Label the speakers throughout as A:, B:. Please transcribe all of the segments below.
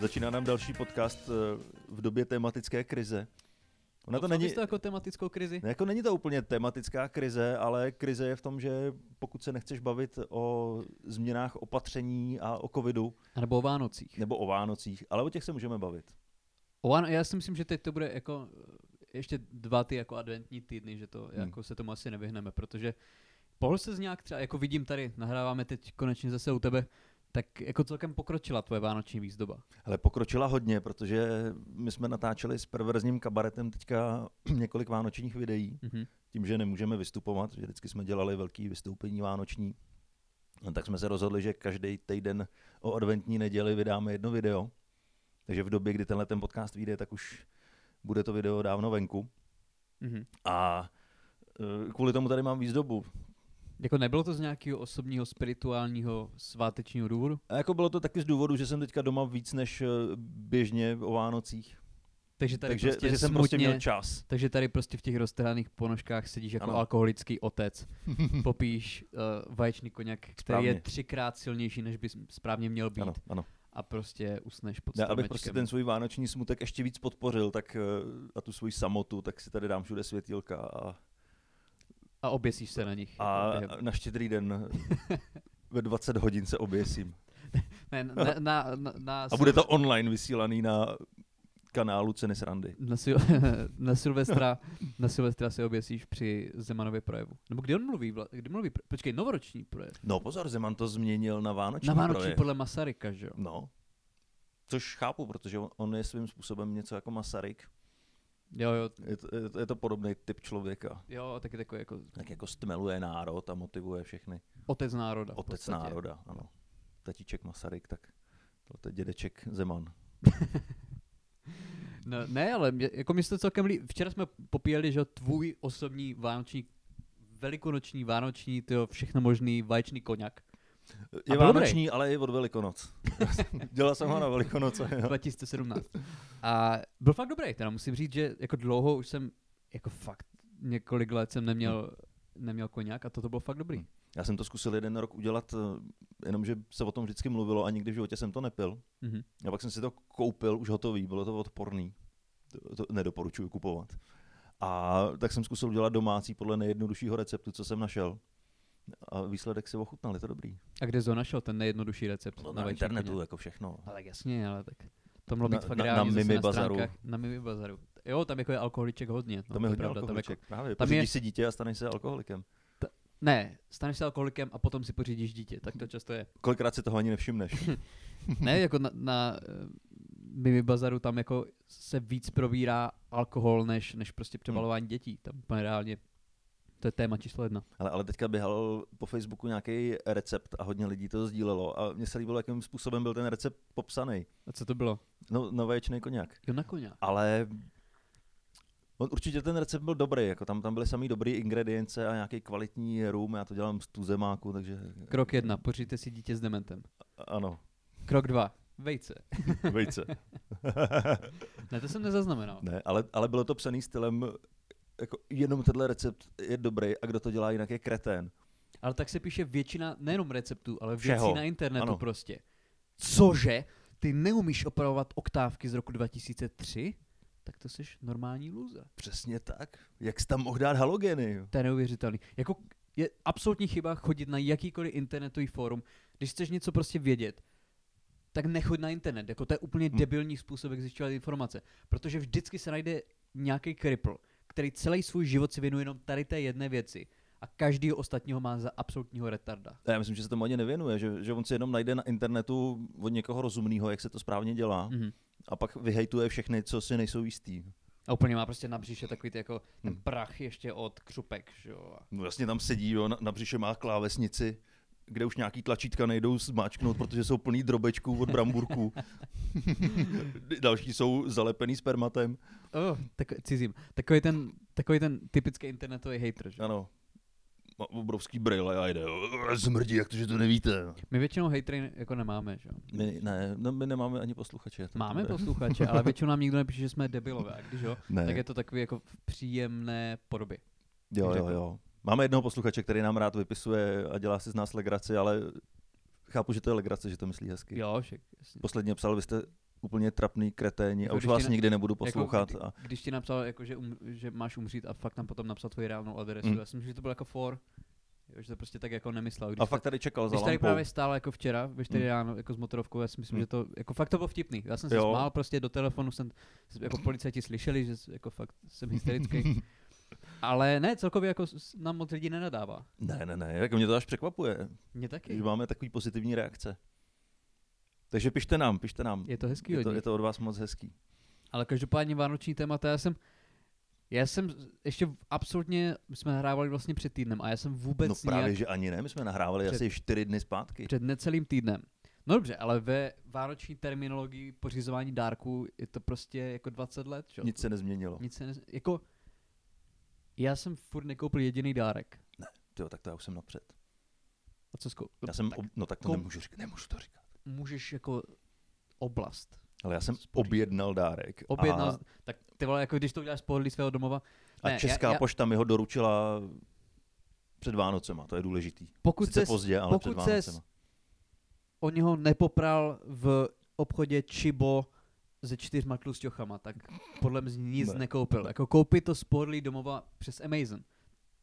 A: Začíná nám další podcast eh, v době tematické krize. Ona to
B: Popsal
A: není,
B: bys to jako tematickou krizi?
A: jako není to úplně tematická krize, ale krize je v tom, že pokud se nechceš bavit o změnách opatření a o covidu
B: A nebo o Vánocích?
A: nebo o Vánocích, ale o těch se můžeme bavit.
B: O Váno- já si myslím, že teď to bude jako eh, ještě dva ty jako adventní týdny, že to
A: Hmm.
B: hmm. jako se tomu asi nevyhneme, protože pohl se z nějak třeba, jako vidím tady, nahráváme teď konečně zase u tebe, tak jako celkem pokročila tvoje vánoční výzdoba.
A: Ale pokročila hodně, protože my jsme natáčeli s perverzním kabaretem teďka několik vánočních videí.
B: Mhm.
A: tím, že nemůžeme vystupovat, že vždycky jsme dělali velký vystoupení vánoční, no, tak jsme se rozhodli, že každý týden o adventní neděli vydáme jedno video. Takže v době, kdy tenhle ten podcast vyjde, tak už bude to video dávno venku.
B: Mhm.
A: A eh, kvůli tomu tady mám výzdobu.
B: Jako nebylo to z nějakého osobního, spirituálního, svátečního důvodu?
A: A jako bylo to taky z důvodu, že jsem teďka doma víc než eh, běžně o Vánocích.
B: Takže tady
A: takže
B: prostě
A: takže jsem
B: smutně,
A: prostě měl čas.
B: takže tady prostě v těch roztrhaných ponožkách sedíš jako
A: Ano.
B: ano. alkoholický otec, popíš uh, vaječný koněk, který
A: Správně.
B: je třikrát silnější, než by správně měl být.
A: Ano, ano.
B: a prostě usneš pod
A: Já,
B: stromečkem.
A: abych prostě ten svůj vánoční smutek ještě víc podpořil tak, eh, a tu svoji samotu, tak si tady dám všude světílka a
B: A oběsíš se na nich.
A: A
B: jako během-
A: na štědrý den ve 20 hodin se oběsím.
B: ne, na, na, na, na,
A: A bude to online vysílaný na kanálu Ceny srandy.
B: na, sil, na, Silvestra, na Silvestra se oběsíš při Zemanově projevu. Nebo kdy on mluví? vla- Kdy mluví? pro- Počkej, novoroční projev.
A: No pozor, Zeman to změnil na vánoční
B: na Vánoční
A: projev.
B: podle Masaryka, že jo?
A: No. Což chápu, protože on- on je svým způsobem něco jako Masaryk.
B: Jo, jo,
A: Je to, je to, je to podobný typ člověka.
B: jo, taky takový jako
A: Tak jako stmeluje národ a motivuje všechny.
B: otec národa. v
A: Otec
B: podstatě.
A: národa, ano. Tatíček Masaryk, tak to je dědeček Zeman.
B: No, ne, ale mě, jako mi se to celkem líbí. Včera jsme popíjeli, že jo, tvůj osobní vánoční, velikonoční, vánoční, tyjo, všechno možný vaječný koněk.
A: Je
B: byl
A: vánoční, ale je od Velikonoc. Dělal jsem ho na Velikonoce. Jo.
B: 2017. A byl fakt dobrý, teda musím říct, že jako dlouho už jsem, jako fakt několik let jsem neměl, neměl koněk a toto bylo fakt dobrý.
A: Hmm. Já jsem to zkusil jeden rok udělat, eh, jenomže se o tom vždycky mluvilo a nikdy v životě jsem to nepil.
B: Mhm.
A: A pak jsem si to koupil, už hotový, bylo to odporný. To, to nedoporučuju kupovat. A tak jsem zkusil udělat domácí podle nejjednoduššího receptu, co jsem našel. A výsledek si ochutnal, je to dobrý.
B: A kde jsi ho našel, ten nejjednodušší recept?
A: No, na
B: vaječný
A: internetu
B: koněk?
A: jako všechno.
B: Ale jasně, ale tak to mohlo
A: Na-
B: být fakt
A: na- na
B: reálně zase
A: Mimi
B: na
A: Bazaru.
B: stránkách- Na Mimi Bazaru. Jo, tam jako je alkoholiček hodně. No,
A: Tam
B: to
A: je hodně
B: pravda, tam jako,
A: alkoholiček, právě.
B: tam je-
A: Pořídíš si dítě a staneš se alkoholikem.
B: ne, staneš se alkoholikem a potom si pořídíš dítě, tak to často je.
A: Kolikrát si toho ani nevšimneš.
B: Ne, jako na, na eh, Mimi Bazaru tam jako se víc probírá alkohol, než, než prostě přemalování dětí. Tam úplně reálně to je téma číslo jedna.
A: Ale, ale teďka běhal po Facebooku nějaký recept a hodně lidí to sdílelo. A mně se líbilo, jakým způsobem byl ten recept popsaný.
B: A co to bylo?
A: No, na vaječný koněk.
B: Jo, na koně.
A: Ale on, určitě ten recept byl dobrý, jako tam, tam byly samý dobrý ingredience a nějaký kvalitní rum, já to dělám z tuzemáku, takže
B: Krok jedna, pořiďte si dítě s dementem.
A: ano,
B: Krok dva, vejce.
A: vejce.
B: Ne, to jsem nezaznamenal.
A: ne, ale, ale bylo to psaný stylem, jako jenom tenhle recept je dobrý a kdo to dělá jinak je kretén.
B: Ale tak se píše většina, nejenom receptů, ale věcí
A: Všeho.
B: na internetu
A: Ano.
B: prostě. Cože? Ty neumíš opravovat oktávky z roku 2003? Tak to jsi normální loser.
A: Přesně tak. Jak jsi tam mohl dát halogeny? jo?
B: To je neuvěřitelný. Jako je absolutní chyba chodit na jakýkoliv internetový fórum. Když chceš něco prostě vědět, tak nechoď na internet. Jako to je úplně
A: Hmm.
B: debilní způsob, jak zjišťovat informace. Protože vždycky se najde nějaký kripl, který celý svůj život si věnuje jenom tady té jedné věci. A každý ostatního má za absolutního retarda.
A: Já myslím, že se tomu ani nevěnuje, že, že on si jenom najde na internetu od někoho rozumného, jak se to správně dělá
B: Mhm.
A: a pak vyhejtuje všechny, co si nejsou jistý.
B: A úplně má prostě na břiše takový ty jako ten
A: Hmm.
B: prach ještě od křupek, že jo.
A: No jasně tam sedí, jo, na, na břiše má klávesnici, kde už nějaký tlačítka nejdou zmáčknout, protože jsou plný drobečků od bramburků. Další jsou zalepený spermatem.
B: Oh, tak, cizím. Takový ten, takový ten typický internetový hater, že? jo.
A: Ano. má obrovský brýle a jde, "Eh, zmrdí, jak to, že to nevíte.
B: My většinou hejtry jako nemáme, že jo.
A: My, ne, no, my nemáme ani posluchače. to-
B: Máme
A: to-
B: posluchače, ale většinou nám nikdo nepíše, že jsme debilové. A když jo,
A: Ne.
B: tak je to takový jako v příjemné podobě.
A: Jo, jo,
B: řekl.
A: jo. Máme jednoho posluchače, který nám rád vypisuje a dělá si z nás legraci, ale chápu, že to je legrace, že to myslí hezky.
B: Jo, však, jasně.
A: Posledně psal, vy jste úplně trapný kreténi a
B: Jako
A: už
B: když
A: vás
B: ti na-
A: nikdy nebudu poslouchat.
B: kdy-
A: A
B: Když ti napsal, jako, že, um, že máš umřít a fakt tam potom napsal tvoji reálnou adresu,
A: Mm.
B: já si myslím, že to byl jako for, jo, že to prostě tak jako nemyslel. Když
A: a fakt tady čekal za
B: Když tady
A: lampou.
B: právě stál jako včera, ve 4
A: Mm.
B: ráno, jako s motorovkou, já si myslím,
A: Mm.
B: že to, jako fakt to bylo vtipný. Já jsem se
A: Jo.
B: smál prostě do telefonu, jsem, jako policajti slyšeli, že s- jako fakt jsem hysterický. Ale ne, celkově jako s- nám moc lidí nenadává.
A: Ne, ne, ne, jako mě to až překvapuje,
B: Mě
A: že
B: taky.
A: máme takový pozitivní reakce. Takže pište nám, pište nám.
B: Je to hezký
A: Je
B: od
A: to,
B: nich.
A: je to od vás moc hezký.
B: Ale každopádně vánoční témata, já jsem, já jsem z- ještě v- absolutně, my jsme nahrávali vlastně před týdnem a já jsem vůbec
A: no právě,
B: nějak
A: že ani ne, my jsme nahrávali
B: Před-
A: asi čtyři dny zpátky.
B: před necelým týdnem. No dobře, ale ve vánoční terminologii pořizování dárků je to prostě jako 20 let, čo?
A: Nic se nezměnilo.
B: Nic se nez... Jako, já jsem furt nekoupil jediný dárek.
A: Jo, tak to já už jsem napřed.
B: A co zkou...
A: Já jsem, ob... no tak to
B: kom-
A: nemůžu, říkat, nemůžu to říkat.
B: Můžeš jako oblast.
A: Ale já jsem
B: Spoří.
A: objednal dárek.
B: Objednal,
A: a...
B: z- tak ty vole, jako když to uděláš z pohodlí svého domova,
A: A
B: Ne,
A: Česká
B: já- já-
A: pošta mi ho doručila před Vánocema, to je důležitý.
B: pokud
A: Sice
B: se
A: pozdě, ale před
B: pokud ses-
A: Vánocema.
B: o něho nepopral v obchodě Chibo se čtyřma tlusťochama, tak podle mě nic
A: Ne.
B: ne. nekoupil. Jako koupit to z pohodlí domova přes Amazon.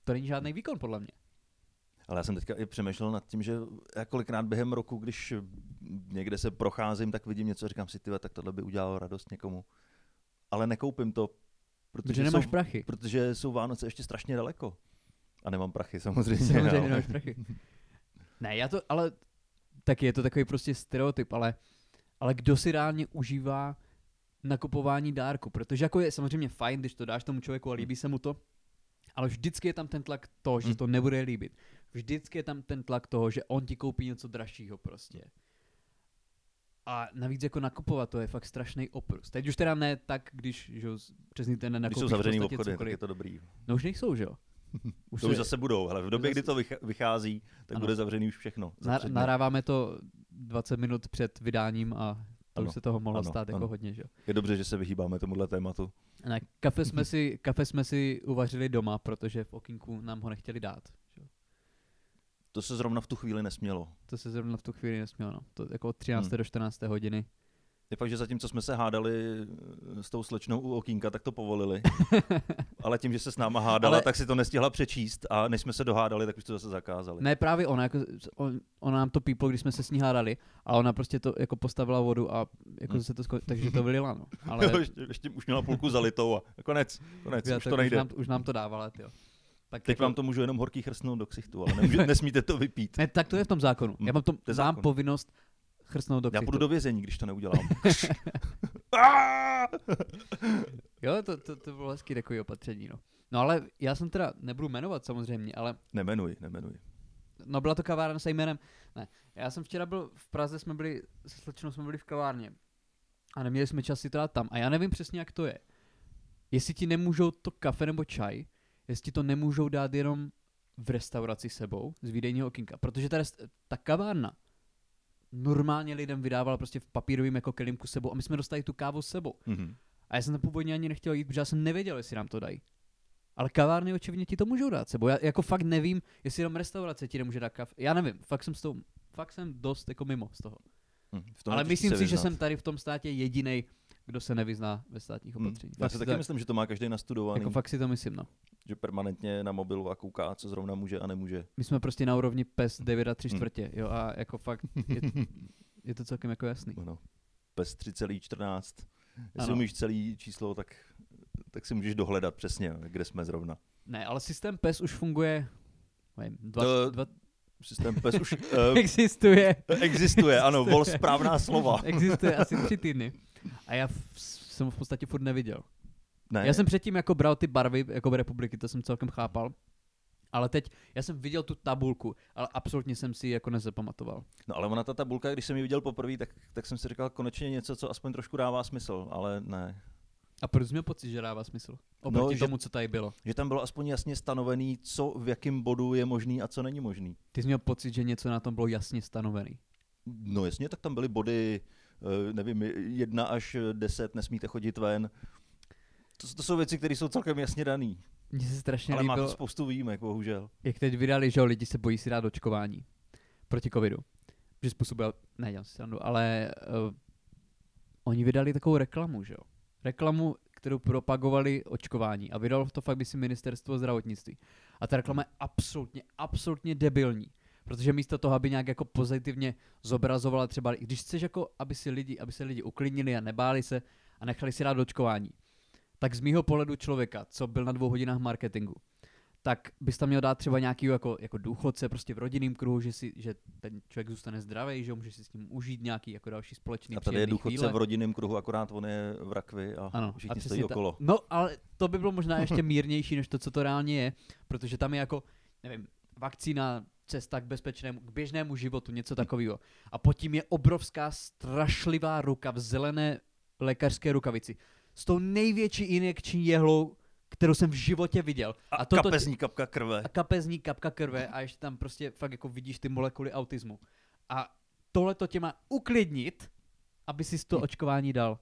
B: To není žádný výkon, podle mě.
A: Ale já jsem teďka i přemýšlel nad tím, že já kolikrát během roku, když někde se procházím, tak vidím něco a říkám si, tyhle, tak tohle by udělalo radost někomu. Ale nekoupím to,
B: Protože
A: protože,
B: nemáš
A: jsou,
B: prachy.
A: protože jsou Vánoce ještě strašně daleko. A nemám prachy, samozřejmě.
B: Samozřejmě
A: no.
B: nemáš prachy. Ne, já to, ale taky je to takový prostě stereotyp, ale, ale kdo si reálně užívá nakupování dárku, protože jako je samozřejmě fajn, když to dáš tomu člověku a líbí se mu to, ale vždycky je tam ten tlak toho, že
A: Mm.
B: se to nebude líbit. Vždycky je tam ten tlak toho, že on ti koupí něco dražšího prostě. A navíc jako nakupovat, to je fakt strašný oprus. Teď už teda ne tak, když že, jo, přesně ten
A: Když
B: nakoupíš
A: jsou zavřený
B: v podstatě
A: obchody, tak
B: prostě cokoliv.
A: je to dobrý.
B: No už nejsou, že jo? Už
A: to
B: se-
A: už zase budou, ale v době,
B: zase-
A: kdy to vycha- vychází, tak
B: Ano.
A: bude zavřený už všechno. za
B: Na,
A: tři dny.
B: nahráváme to 20 minut před vydáním a to
A: Ano,
B: už se toho mohlo
A: ano,
B: stát jako
A: ano.
B: hodně, že jo.
A: Je dobře, že se vyhýbáme tomuhle tématu.
B: Ne, kafe
A: Mhm.
B: jsme, si, kafe jsme si uvařili doma, protože v okinku nám ho nechtěli dát. Že? jo.
A: To se zrovna v tu chvíli nesmělo.
B: To se zrovna v tu chvíli nesmělo, no. To jako od 13.
A: Hmm.
B: do 14. hodiny.
A: Je fakt, že zatímco jsme se hádali eh, s tou slečnou u okýnka, tak to povolili. Ale tím, že se s náma hádala, Ale...
B: Ale-
A: tak si to nestihla přečíst a než jsme se dohádali, tak už to zase zakázali.
B: Ne, právě ona, jako, s- on, ona nám to píplo, když jsme se s ní hádali, a ona prostě to jako postavila vodu a jako
A: Hmm.
B: se to sko- takže to vylila, no.
A: Ale...
B: Ale
A: Jo, ještě, ještě, už měla půlku zalitou a konec, konec,
B: já
A: už
B: tak
A: to nejde.
B: Už nám, už nám to dávala, jo. Tak jako-
A: Teď vám to můžu jenom horký chrstnout do ksichtu, ale nemůže, nesmíte to vypít.
B: Ne, tak to je v tom zákonu.
A: Hm,
B: Já mám, to,
A: je
B: mám
A: zákon.
B: povinnost chrstnout do
A: Já
B: ksichtu.
A: půjdu do vězení, když to neudělám.
B: Jo, to, to, to bylo hezký takový opatření, no. No ale já jsem teda, nebudu jmenovat samozřejmě, ale
A: nemenuji, nemenuji.
B: no byla to kavárna se jménem, ne. Já jsem včera byl, v Praze jsme byli, se slečnou jsme byli v kavárně a neměli jsme čas si to dát tam a já nevím přesně, jak to je. Jestli ti nemůžou to kafe nebo čaj, jestli ti to nemůžou dát jenom v restauraci sebou z výdejního okinka, protože ta, rest, ta kavárna normálně lidem vydávala prostě v papírovém jako kelímku sebou a my jsme dostali tu kávu s sebou.
A: Mhm.
B: A já jsem tam původně ani nechtěl jít, protože já jsem nevěděl, jestli nám to dají. Ale kavárny očivně ti to můžou dát sebou. Já jako fakt nevím, jestli jenom restaurace ti nemůže dát kafe. Já nevím, fakt jsem s tou, fakt jsem dost jako mimo z toho.
A: Hm, v tom
B: Ale
A: je těžký
B: myslím
A: se
B: si, že
A: vyznat.
B: jsem tady v tom státě jediný, kdo se nevyzná ve státních
A: Hm.
B: opatřeních.
A: Já
B: Fakt
A: si
B: si
A: taky
B: to-
A: myslím, že to má každý nastudovaný,
B: jako fakt si to myslím, no.
A: že permanentně na mobilu a kouká, co zrovna může a nemůže.
B: My jsme prostě na úrovni pes 9 a 3
A: Hm.
B: čtvrtě, jo, a jako fakt je, je to celkem jako jasný.
A: Ano. Pes 3,14. Jestli ano.
B: Ano.
A: umíš celý číslo, tak, tak si můžeš dohledat přesně, kde jsme zrovna.
B: Ne, ale systém pes už funguje, nevím, dva,
A: Eh,
B: dva,
A: Systém PES už uh,
B: existuje.
A: existuje, ano, vol správná slova.
B: Existuje asi tři týdny. A já v, jsem ho v podstatě furt neviděl.
A: Ne,
B: Já jsem předtím jako bral ty barvy jako v republiky, to jsem celkem chápal. Ale teď, já jsem viděl tu tabulku, ale absolutně jsem si ji jako nezapamatoval.
A: no, ale ona ta tabulka, když jsem ji viděl poprvé, tak, tak jsem si říkal konečně něco, co aspoň trošku dává smysl, ale ne.
B: A proč jsi měl pocit, že dává smysl? Oproti
A: No, že-
B: tomu, co tady bylo.
A: Že tam bylo aspoň jasně stanovený, co v jakém bodu je možný a co není možný.
B: Ty jsi měl pocit, že něco na tom bylo jasně stanovený.
A: No jasně, tak tam byly body, eh, nevím, jedna až deset, nesmíte chodit ven. To, to jsou věci, které jsou celkem jasně daný,
B: Mně se strašně
A: ale má to
B: líbilo,
A: spoustu výjimek, bohužel.
B: jak teď vydali, že jo, lidi se bojí si dát očkování proti covidu. Že způsobuje, ne, dělám si srandu, ale uh, oni vydali takovou reklamu, že jo. Reklamu, kterou propagovali očkování a vydalo to fakt, myslím, ministerstvo zdravotnictví. A ta reklama je absolutně, absolutně debilní. Protože místo toho, aby nějak jako pozitivně zobrazovala třeba, i když chceš jako, aby si lidi, aby se lidi uklidnili a nebáli se a nechali si dát očkování, tak z mýho pohledu člověka, co byl na dvou hodinách marketingu, tak bys tam měl dát třeba nějaký jako, jako důchodce prostě v rodinném kruhu, že, si, že ten člověk zůstane zdravý, že může si s ním užít nějaký jako další společný
A: A tady je
B: příjemný
A: důchodce
B: chvíle.
A: v rodinném kruhu, akorát on je v rakvi a
B: Ano,
A: ano,
B: a
A: všichni
B: přesně
A: stojí
B: ta-
A: okolo.
B: No, ale to by bylo možná ještě mírnější, než to, co to reálně je, protože tam je jako, nevím, vakcína, cesta k bezpečnému, k běžnému životu, něco takového. A pod tím je obrovská strašlivá ruka v zelené lékařské rukavici s tou největší injekční jehlou, kterou jsem v životě viděl.
A: A, a
B: toto ti-
A: kapezní kapka krve.
B: a kapezní kapka krve a ještě tam prostě fakt jako vidíš ty molekuly autismu. A tohle to tě má uklidnit, aby si
A: Hm.
B: to očkování dal.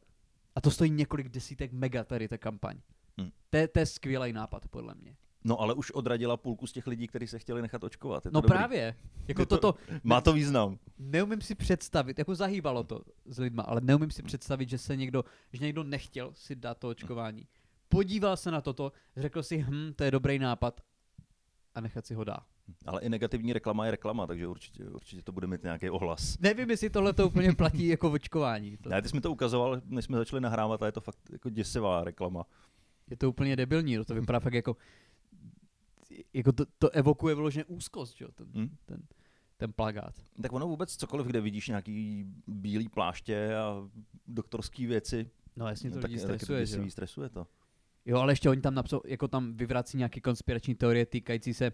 B: A to stojí několik desítek mega tady ta kampaň.
A: Hmm.
B: To je, to je skvělý nápad, podle mě.
A: No ale už odradila půlku z těch lidí, kteří se chtěli nechat očkovat. Je to
B: No
A: dobrý.
B: právě, jako
A: Je to-
B: toto,
A: Má to význam.
B: neumím si představit, jako zahýbalo to s lidma, ale neumím
A: Hm.
B: si představit, že se někdo, že někdo nechtěl si dát to očkování. Podíval se na toto, řekl si, hm, to je dobrý nápad a nechat si ho dá.
A: Ale i negativní reklama je reklama, takže určitě, určitě to bude mít nějaký ohlas.
B: Nevím, jestli tohle to úplně platí jako očkování. To,
A: Ne, ty jsi mi to ukazoval, než jsme začali nahrávat, a je to fakt jako děsivá reklama.
B: je to úplně debilní, no to vypadá fakt jako, jako to, to evokuje vyloženě úzkost, že? jo, ten,
A: Hm?
B: ten, ten plagát.
A: Tak ono vůbec cokoliv, kde vidíš nějaký bílý pláště a doktorský věci,
B: No jasně to
A: tak,
B: lidi
A: tak je to
B: stresuje, že? jo.
A: děsivý, stresuje to.
B: Jo, ale ještě oni tam napsal, jako tam vyvrací nějaké konspirační teorie týkající se,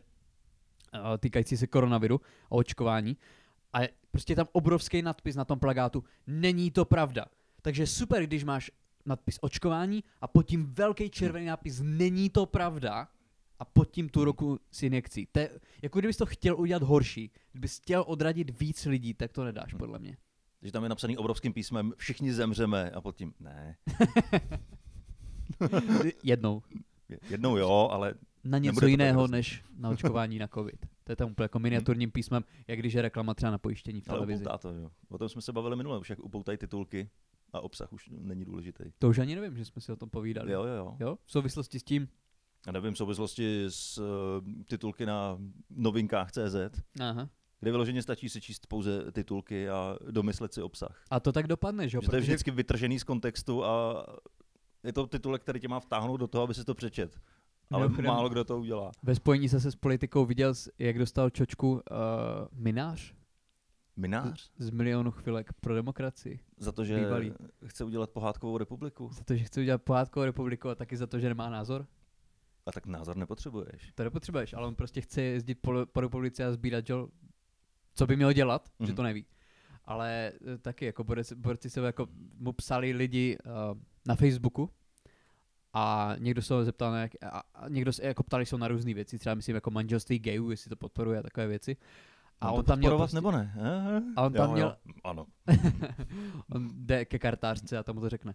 B: eh, týkající se koronaviru a očkování. A je- prostě je tam obrovský nadpis na tom plagátu, není to pravda. Takže super, když máš nadpis očkování a pod tím velký červený nápis není to pravda a pod tím tu roku s injekcí. To je, jako kdybys to chtěl udělat horší, kdybys chtěl odradit víc lidí, tak to nedáš podle mě.
A: Že tam je napsaný obrovským písmem, všichni zemřeme a pod tím, ne,
B: Jednou.
A: jednou jo, ale
B: na něco
A: Nebude to tak
B: jiného
A: hrozný.
B: než na očkování na covid. To je tam úplně jako miniaturním písmem, jak když je reklama třeba na pojištění v
A: Ale
B: televizi.
A: upoutá to, jo. O tom jsme se bavili minule, už jak upoutají titulky a obsah už není důležitý.
B: To už ani nevím, že jsme si o tom povídali.
A: Jo, jo, jo.
B: jo? V souvislosti s tím,
A: A nevím, v souvislosti s uh, titulky na novinkách CZ,
B: Aha.
A: kde vyloženě stačí si číst pouze titulky a domyslet si obsah.
B: a to tak dopadne, že jo?
A: že to je
B: Protože
A: vždycky vytržený z kontextu a je to titulek, který tě má vtáhnout do toho, aby si to přečet. Ale
B: Mimochodem-
A: málo kdo to udělá.
B: ve spojení zase s politikou viděl, jsi, jak dostal čočku uh, minář
A: Minář?
B: z milionu chvilek pro demokracii.
A: Za to, že
B: Bývalý.
A: chce udělat pohádkovou republiku.
B: Za to, že chce udělat pohádkovou republiku a taky za to, že nemá názor.
A: A tak názor nepotřebuješ.
B: To nepotřebuješ, ale on prostě chce jezdit po, po republice a sbírat, že, jo, co by měl dělat, mm-hmm. že
A: Mhm.
B: to neví. Ale eh, taky, jako borci, borci se jako mu psali lidi uh, na Facebooku a někdo se ho zeptal, na jak, a, a někdo se jako ptali se ho na různé věci, třeba myslím jako manželství gayů, jestli to podporuje a takové věci. A
A: Mám
B: on
A: No, to
B: tam měl
A: podporovat
B: prostě,
A: nebo ne? Aha.
B: A on tam
A: jo,
B: měl-
A: Jo. Ano.
B: on jde ke kartářce a tam mu to řekne.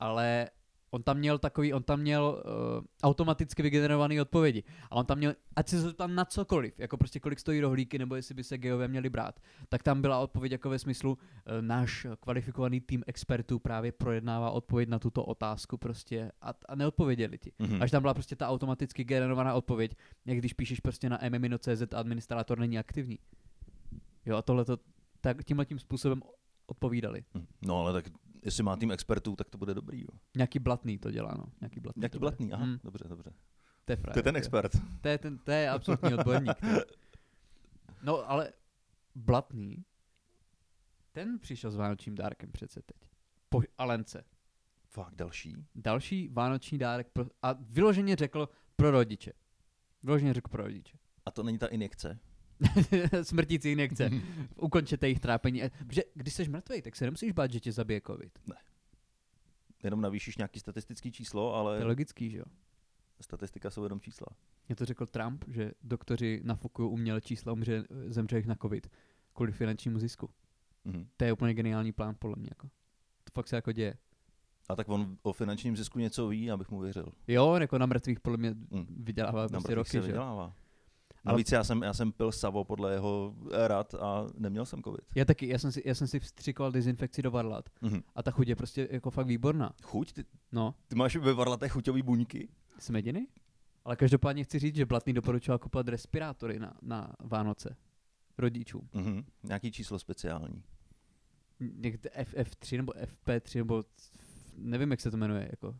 B: Ale on tam měl takový, on tam měl uh, automaticky vygenerované odpovědi. A on tam měl, ať se zeptám na cokoliv, jako prostě kolik stojí rohlíky, nebo jestli by se geové měli brát, tak tam byla odpověď jako ve smyslu, uh, náš kvalifikovaný tým expertů právě projednává odpověď na tuto otázku prostě a, a neodpověděli ti.
A: Mhm.
B: Až tam byla prostě ta automaticky generovaná odpověď, jak když píšeš prostě na mmino.cz a administrátor není aktivní. Jo a tohle to tak tímhle tím způsobem odpovídali.
A: Hm. No ale tak jestli má tým expertů, tak to bude dobrý. Jo.
B: Nějaký blatný to dělá, no. Nějaký blatný.
A: Nějaký
B: to bude.
A: blatný, aha,
B: Mm,
A: hmm. dobře, dobře.
B: to je,
A: To je
B: frajer,
A: ten
B: jo.
A: expert.
B: To je, ten, to je absolutní odborník. ty. No, ale blatný, ten přišel s vánočním dárkem přece teď. Po Alence.
A: Fakt další.
B: Další vánoční dárek pro, a vyloženě řekl pro rodiče. Vyloženě řekl pro rodiče.
A: A to není ta injekce.
B: Smrtící injekce. Ukončete jejich trápení. Eh, Protože když jsi mrtvý, tak se nemusíš bát, že tě zabije covid.
A: jenom navýšíš nějaký statistický číslo,
B: To je
A: ale
B: logický, že jo?
A: statistika jsou jenom čísla.
B: Mě to řekl Trump, že doktoři nafukují uměle čísla umře, zemřelých na covid kvůli finančnímu zisku.
A: Mhm.
B: To je úplně geniální plán podle mě. Jako. To fakt se jako děje.
A: A tak on o finančním zisku něco ví, abych mu věřil.
B: Jo, jako na mrtvých podle mě
A: Mm.
B: vydělává
A: Na prostě
B: prostě
A: se
B: roky, že jo?
A: vydělává. Navíc já jsem, já jsem pil savo podle jeho rad a neměl jsem covid.
B: Já taky, já jsem si, já jsem si vstřikoval dezinfekci do varlat.
A: Mhm.
B: A ta chuť je prostě jako fakt výborná.
A: Chuť? Ty,
B: No,
A: ty máš ve varlaté chuťový buňky?
B: jsme jediný? Ale každopádně chci říct, že Blatný doporučoval kupovat respirátory na, na Vánoce rodičům.
A: Mhm. Nějaký číslo speciální.
B: Někde FF3 nebo FP3 nebo nevím, jak se to jmenuje. Jako.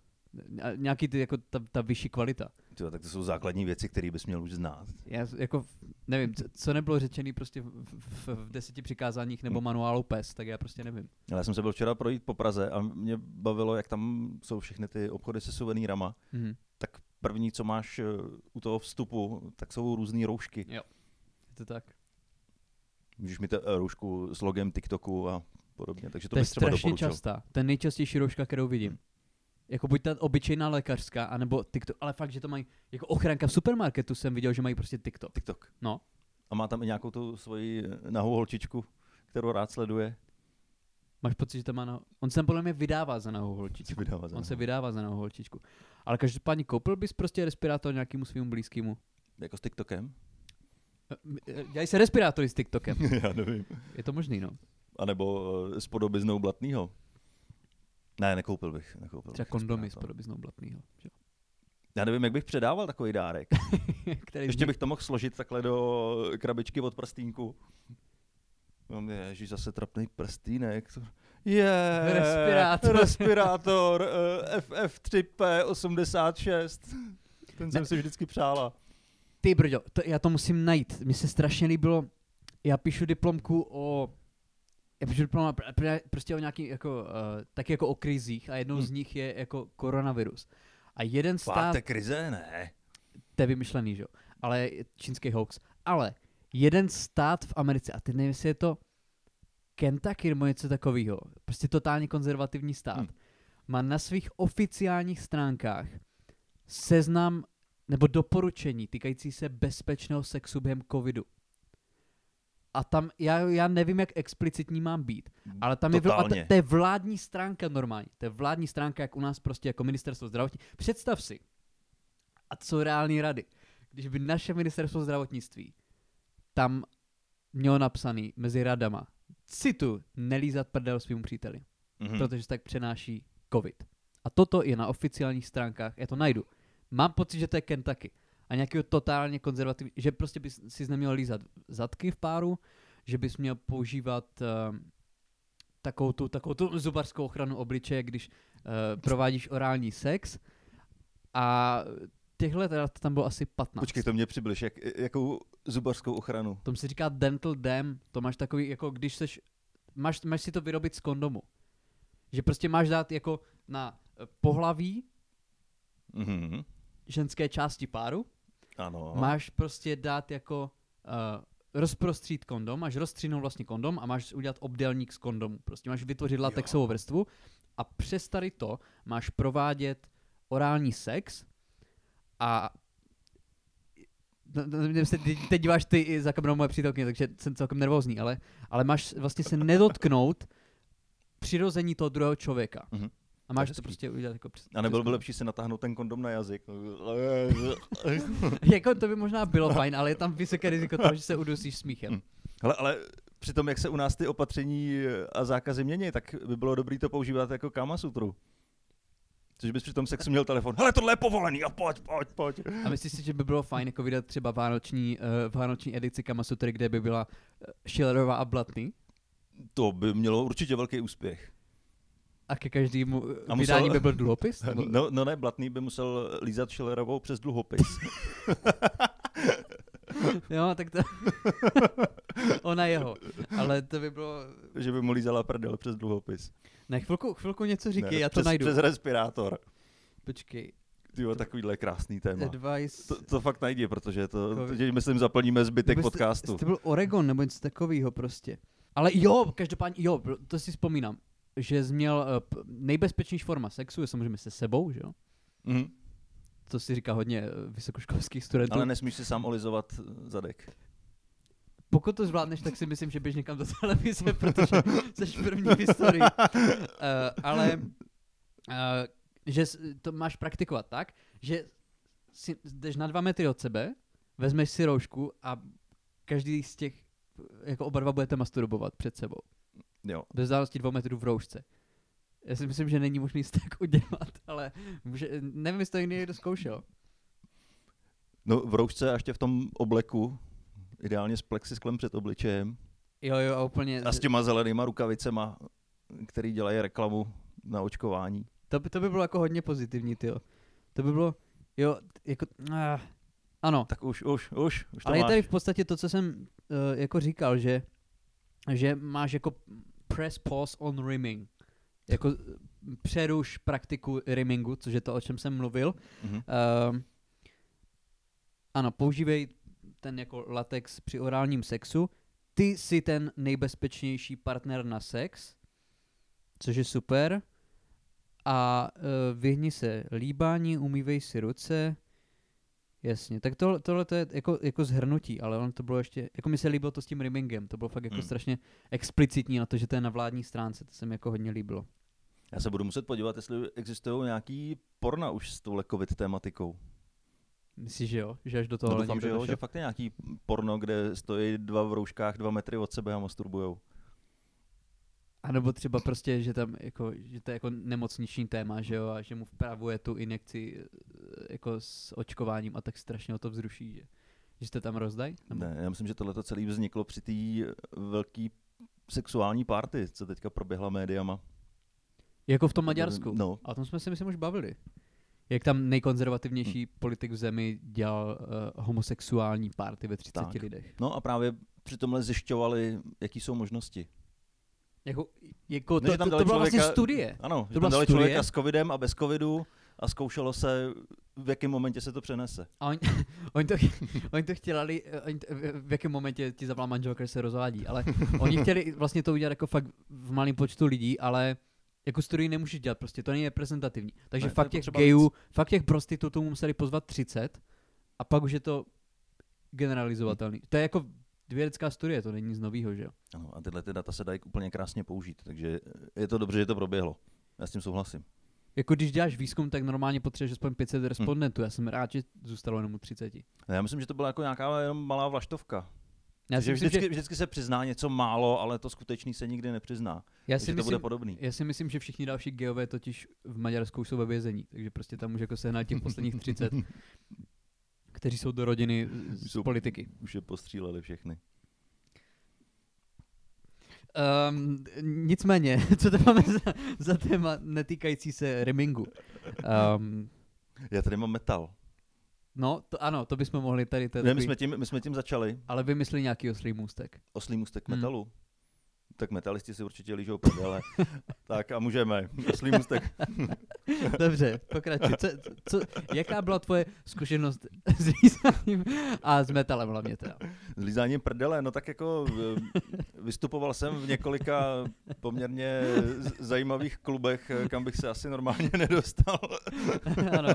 B: A nějaký ty, jako ta, ta vyšší kvalita.
A: Tyjo, tak to jsou základní věci, které bys měl už znát.
B: Já z- jako v- nevím, co- co nebylo řečený prostě v, v, v deseti přikázáních nebo
A: Hmm.
B: manuálu PES, tak já prostě nevím.
A: Ale já jsem se byl včera projít po Praze a mě bavilo, jak tam jsou všechny ty obchody se suvenýrama.
B: Mhm.
A: Tak první, co máš eh, u toho vstupu, tak jsou různé roušky.
B: Je to tak.
A: Můžeš mít eh, roušku s logem TikToku a podobně. Takže to,
B: to je
A: bych třeba
B: strašně
A: doporučil.
B: častá. To je nejčastější rouška, kterou vidím. Jako buď ta obyčejná lékařská, anebo TikTok, ale fakt, že to mají, jako ochranka v supermarketu jsem viděl, že mají prostě TikTok.
A: TikTok.
B: No.
A: A má tam i nějakou tu svoji eh, nahou holčičku, kterou rád sleduje.
B: Máš pocit, že tam má na... On se tam podle mě vydává za nahou
A: Co
B: holčičku.
A: vydává za
B: On se
A: nahou.
B: vydává za nahou holčičku. Ale každopádně koupil bys prostě respirátor nějakému svým blízkému.
A: Jako s TikTokem?
B: Eh, eh, Dělají se respirátory s TikTokem.
A: Já nevím.
B: Je to možný, no.
A: A nebo eh, s podobiznou Blatnýho. Ne, nekoupil bych. Nekoupil
B: Třeba
A: bych
B: kondomy z
A: respirátor.
B: podobiznou blatnýho. že jo.
A: Já nevím, jak bych předával takový dárek.
B: Který
A: Ještě
B: vznik-
A: bych to mohl složit takhle do krabičky od prstínku. Mám ježíš, zase trapný prstínek. To- Je,
B: Respirátor.
A: respirátor eh, FF3P86. Ten jsem
B: Ne.
A: si vždycky přála.
B: Ty brďo, to, já to musím najít. Mně se strašně líbilo, já píšu diplomku o, já píšu diploma, pr- pr- prostě o nějaký, jako, uh, taky jako o krizích a jednou
A: Hmm.
B: z nich je jako koronavirus. A jeden stát,
A: Páté krize? Ne.
B: to je vymyšlený, že jo, ale je čínský hoax, ale jeden stát v Americe, a teď nevím, jestli je to Kentucky nebo něco takového, prostě totálně konzervativní stát,
A: Hmm.
B: má na svých oficiálních stránkách seznam nebo doporučení týkající se bezpečného sexu během covidu. A tam, já, já nevím, jak explicitní mám být, ale tam je, vl- a
A: Totálně.
B: to, to je vládní stránka normálně, to je vládní stránka, jak u nás prostě jako ministerstvo zdravotnictví. Představ si, a co reální rady, když by naše ministerstvo zdravotnictví tam mělo napsaný mezi radama, citu, nelízat prdel svým příteli
A: Mhm.
B: protože se tak přenáší covid. A toto je na oficiálních stránkách, já to najdu. Mám pocit, že to je Kentucky. A nějakého totálně konzervativní, že prostě bys si neměl lízat zadky v páru, že bys měl používat uh, takovou, tu, takovou tu zubarskou ochranu obličeje, když uh, provádíš orální sex. A těchhle teda to tam bylo asi 15.
A: Počkej, to mě přibliž, jak, jakou zubařskou ochranu.
B: Tomu se říká dental dam, to máš takový, jako když seš, máš, máš si to vyrobit z kondomu. Že prostě máš dát jako na eh, pohlaví
A: Mhm.
B: ženské části páru,
A: Ano.
B: máš prostě dát jako uh, rozprostřít kondom, máš rozstřínout vlastně kondom a máš udělat obdélník z kondomu. Prostě máš vytvořit latexovou vrstvu a přes tady to máš provádět orální sex a No, no, nevím, se- teď- Teď díváš ty i za kamerou moje přítelkyně, takže jsem celkem nervózní, ale, ale máš vlastně se nedotknout přirození toho druhého člověka.
A: Mhm.
B: A máš to,
A: hezký.
B: prostě udělat jako přes.
A: A
B: přes
A: nebylo by
B: kondom.
A: lepší si natáhnout ten kondom na jazyk?
B: jako to by možná bylo fajn, ale je tam vysoké riziko toho, že se udusíš smíchem.
A: Hele, ale přitom, jak se u nás ty opatření a zákazy mění, tak by bylo dobré to používat jako Kama Sutru. Což bys při tom sexu měl telefon. Hele, tohle je povolený, a pojď, pojď, pojď.
B: A myslíš si, že by bylo fajn jako vydat třeba vánoční, uh, vánoční edici Kamasutry, kde by byla uh, Schillerová a Blatný?
A: To by mělo určitě velký úspěch.
B: A ke každému
A: A
B: uh,
A: musel-
B: vydání by byl dluhopis? Nebo-
A: No, no ne, Blatný by musel lízat Schillerovou přes dluhopis.
B: jo, tak to... Ona jeho. Ale to by bylo...
A: že by mu lízala prdel přes dluhopis.
B: Ne, chvilku, chvilku něco říkej,
A: ne,
B: já to
A: přes,
B: najdu.
A: Přes respirátor.
B: Počkej.
A: Tyjo, takovýhle krásný téma.
B: Advice...
A: To, to fakt najdi, protože to,
B: Covid.
A: to tě, myslím, zaplníme zbytek
B: Nebo Jako- jste-
A: podcastu.
B: jste byl Oregon nebo něco takového prostě. Ale jo, každopádně, jo, bro, to si vzpomínám. že jsi měl eh, p- nejbezpečnější forma sexu je samozřejmě se sebou, že jo?
A: Mhm.
B: To si říká hodně eh, vysokoškolských studentů.
A: Ale nesmíš si sám olizovat eh, zadek.
B: Pokud to zvládneš, tak si myslím, že běž někam do televize, protože jsi první v historii. Uh, ale uh, že s- to máš praktikovat tak, že si jdeš na dva metry od sebe, vezmeš si roušku a každý z těch, jako oba dva budete masturbovat před sebou.
A: Jo.
B: Ve vzdálenosti dvou metrů v roušce. Já si myslím, že není možný se tak udělat, ale může, nevím, jestli to někdy někdo zkoušel.
A: No v roušce a ještě v tom obleku, ideálně s plexisklem před obličejem
B: Jo, jo, a úplně...
A: a s těma zelenýma rukavicema, který dělají reklamu na očkování.
B: To by, to by bylo jako hodně pozitivní, ty To by bylo, jo, t- jako, ah, ano.
A: Tak už, už, už, už to
B: Ale
A: máš.
B: je tady v podstatě to, co jsem uh, jako říkal, že, že máš jako press pause on rimming. Jako eh, přeruš praktiku rimmingu, což je to, o čem jsem mluvil.
A: Mhm.
B: Um, ano, používej ten jako latex při orálním sexu. Ty jsi ten nejbezpečnější partner na sex, což je super. A uh, vyhni se líbání, umývej si ruce. Jasně, tak tohle, tohle to je jako, jako zhrnutí, ale ono to bylo ještě, jako mi se líbilo to s tím rimmingem, to bylo fakt jako
A: Hmm.
B: hmm. strašně explicitní na to, že to je na vládní stránce, to se mi jako hodně líbilo.
A: Já se budu muset podívat, jestli existují nějaký porna už s touhle covid tématikou.
B: Myslíš, že jo? Že až do toho
A: No doufám, že jo, že fakt je nějaký porno, kde stojí dva v rouškách dva metry od sebe a masturbujou.
B: A nebo třeba prostě, že tam jako, že to je jako nemocniční téma, že jo, a že mu vpravuje tu injekci eh, jako s očkováním a tak strašně ho to vzruší, že, že jste tam rozdají? Nebo-
A: Ne, já myslím, že tohle celé vzniklo při té velké sexuální party, co teďka proběhla médiama.
B: Jako v tom Maďarsku.
A: No,
B: A o tom jsme si myslím už bavili. Jak tam nejkonzervativnější
A: Hm.
B: politik v zemi dělal uh, homosexuální párty ve 30
A: Tak.
B: lidech.
A: no a právě při tomhle zjišťovali, jaký jsou možnosti.
B: Jako, jako
A: Ne, že
B: to,
A: tam
B: to,
A: dali
B: to byla vlastně
A: člověka-
B: studie.
A: Ano, že
B: byla
A: tam dali
B: studie?
A: člověka s covidem a bez covidu a zkoušelo se, v jakém momentě se to přenese.
B: A on, oni, to, oni to chtěli, oni to, v- v jakém momentě ti zavolá manželka, že se rozvádí, ale oni chtěli vlastně to udělat jako fakt v malém počtu lidí, ale jako studii nemůžeš dělat prostě, to není reprezentativní. Takže
A: Ne,
B: ne,
A: to je
B: fakt těch
A: potřeba
B: gejů, fakt těch prostitutů museli pozvat 30 a pak už je to generalizovatelný. To je jako vědecká studie, to není nic nového, že jo?
A: Ano, a tyhle ty data se dají úplně krásně použít, takže je to dobře, že to proběhlo. Já s tím souhlasím.
B: Jako když děláš výzkum, tak normálně potřebuješ aspoň 500 respondentů. Já jsem rád, že zůstalo jenom u 30.
A: Ne, Já myslím, že to byla jako nějaká jenom malá vlaštovka.
B: Já si
A: že
B: myslím,
A: vždycky,
B: že,
A: že... vždycky se přizná něco málo, ale to skutečný se nikdy nepřizná.
B: já
A: Takže
B: si
A: to bude
B: myslím,
A: podobný.
B: Já si myslím, že všichni další geové totiž v Maďarsku už jsou ve vězení, takže prostě tam už jako sehnat těch posledních 30, kteří jsou do rodiny z
A: Jsou-
B: jsou. politiky.
A: Už je postříleli všechny.
B: Um, nicméně, co to máme za, za téma netýkající se rimingu? Um,
A: Já tady mám metal.
B: no, to, ano, to bychom mohli tady, tady
A: Ne, my, jsme tím, my jsme tím začali,
B: ale vymysli nějaký oslý můstek.
A: oslý můstek
B: Hmm.
A: metalu. Tak metalisti si určitě lížou prdele. tak a můžeme, oslý můstek.
B: Dobře, pokračuj. Co, co, jaká byla tvoje zkušenost s lízáním a s metalem hlavně teda?
A: Zlízání prdele, no tak jako eh, vystupoval jsem v několika poměrně z- zajímavých klubech, eh, kam bych se asi normálně nedostal.
B: ano,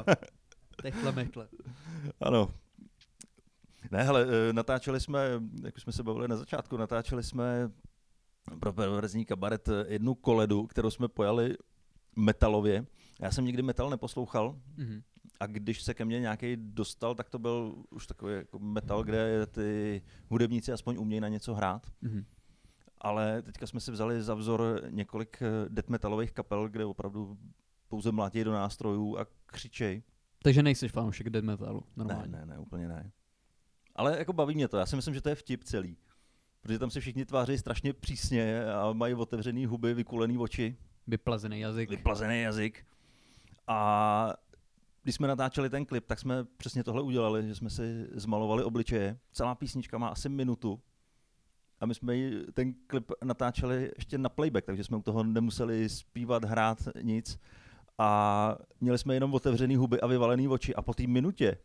B: techtle mechle.
A: Ano. Ne, hele, eh, natáčeli jsme, jak už jsme se bavili na začátku, natáčeli jsme pro perverzní kabaret eh, jednu koledu, kterou jsme pojali metalově. Já jsem nikdy metal neposlouchal
B: Mhm.
A: a když se ke mně nějaký dostal, tak to byl už takový jako metal, kde ty hudebníci aspoň umějí na něco hrát.
B: Mhm.
A: Ale teďka jsme si vzali za vzor několik eh, death metalových kapel, kde opravdu pouze mlátí do nástrojů a křičej.
B: Takže nejsi fanoušek death metalu, normálně.
A: Ne, ne, ne, úplně ne. Ale jako baví mě to, já si myslím, že to je vtip celý. Protože tam se všichni tváří strašně přísně a mají otevřený huby, vykulený oči,
B: Vyplazený jazyk.
A: vyplazený jazyk. A když jsme natáčeli ten klip, tak jsme přesně tohle udělali, že jsme si zmalovali obličeje. Celá písnička má asi minutu. A my jsme ji, ten klip natáčeli ještě na playback, takže jsme u toho nemuseli zpívat, hrát nic. A měli jsme jenom otevřený huby a vyvalený oči. A po té minutě,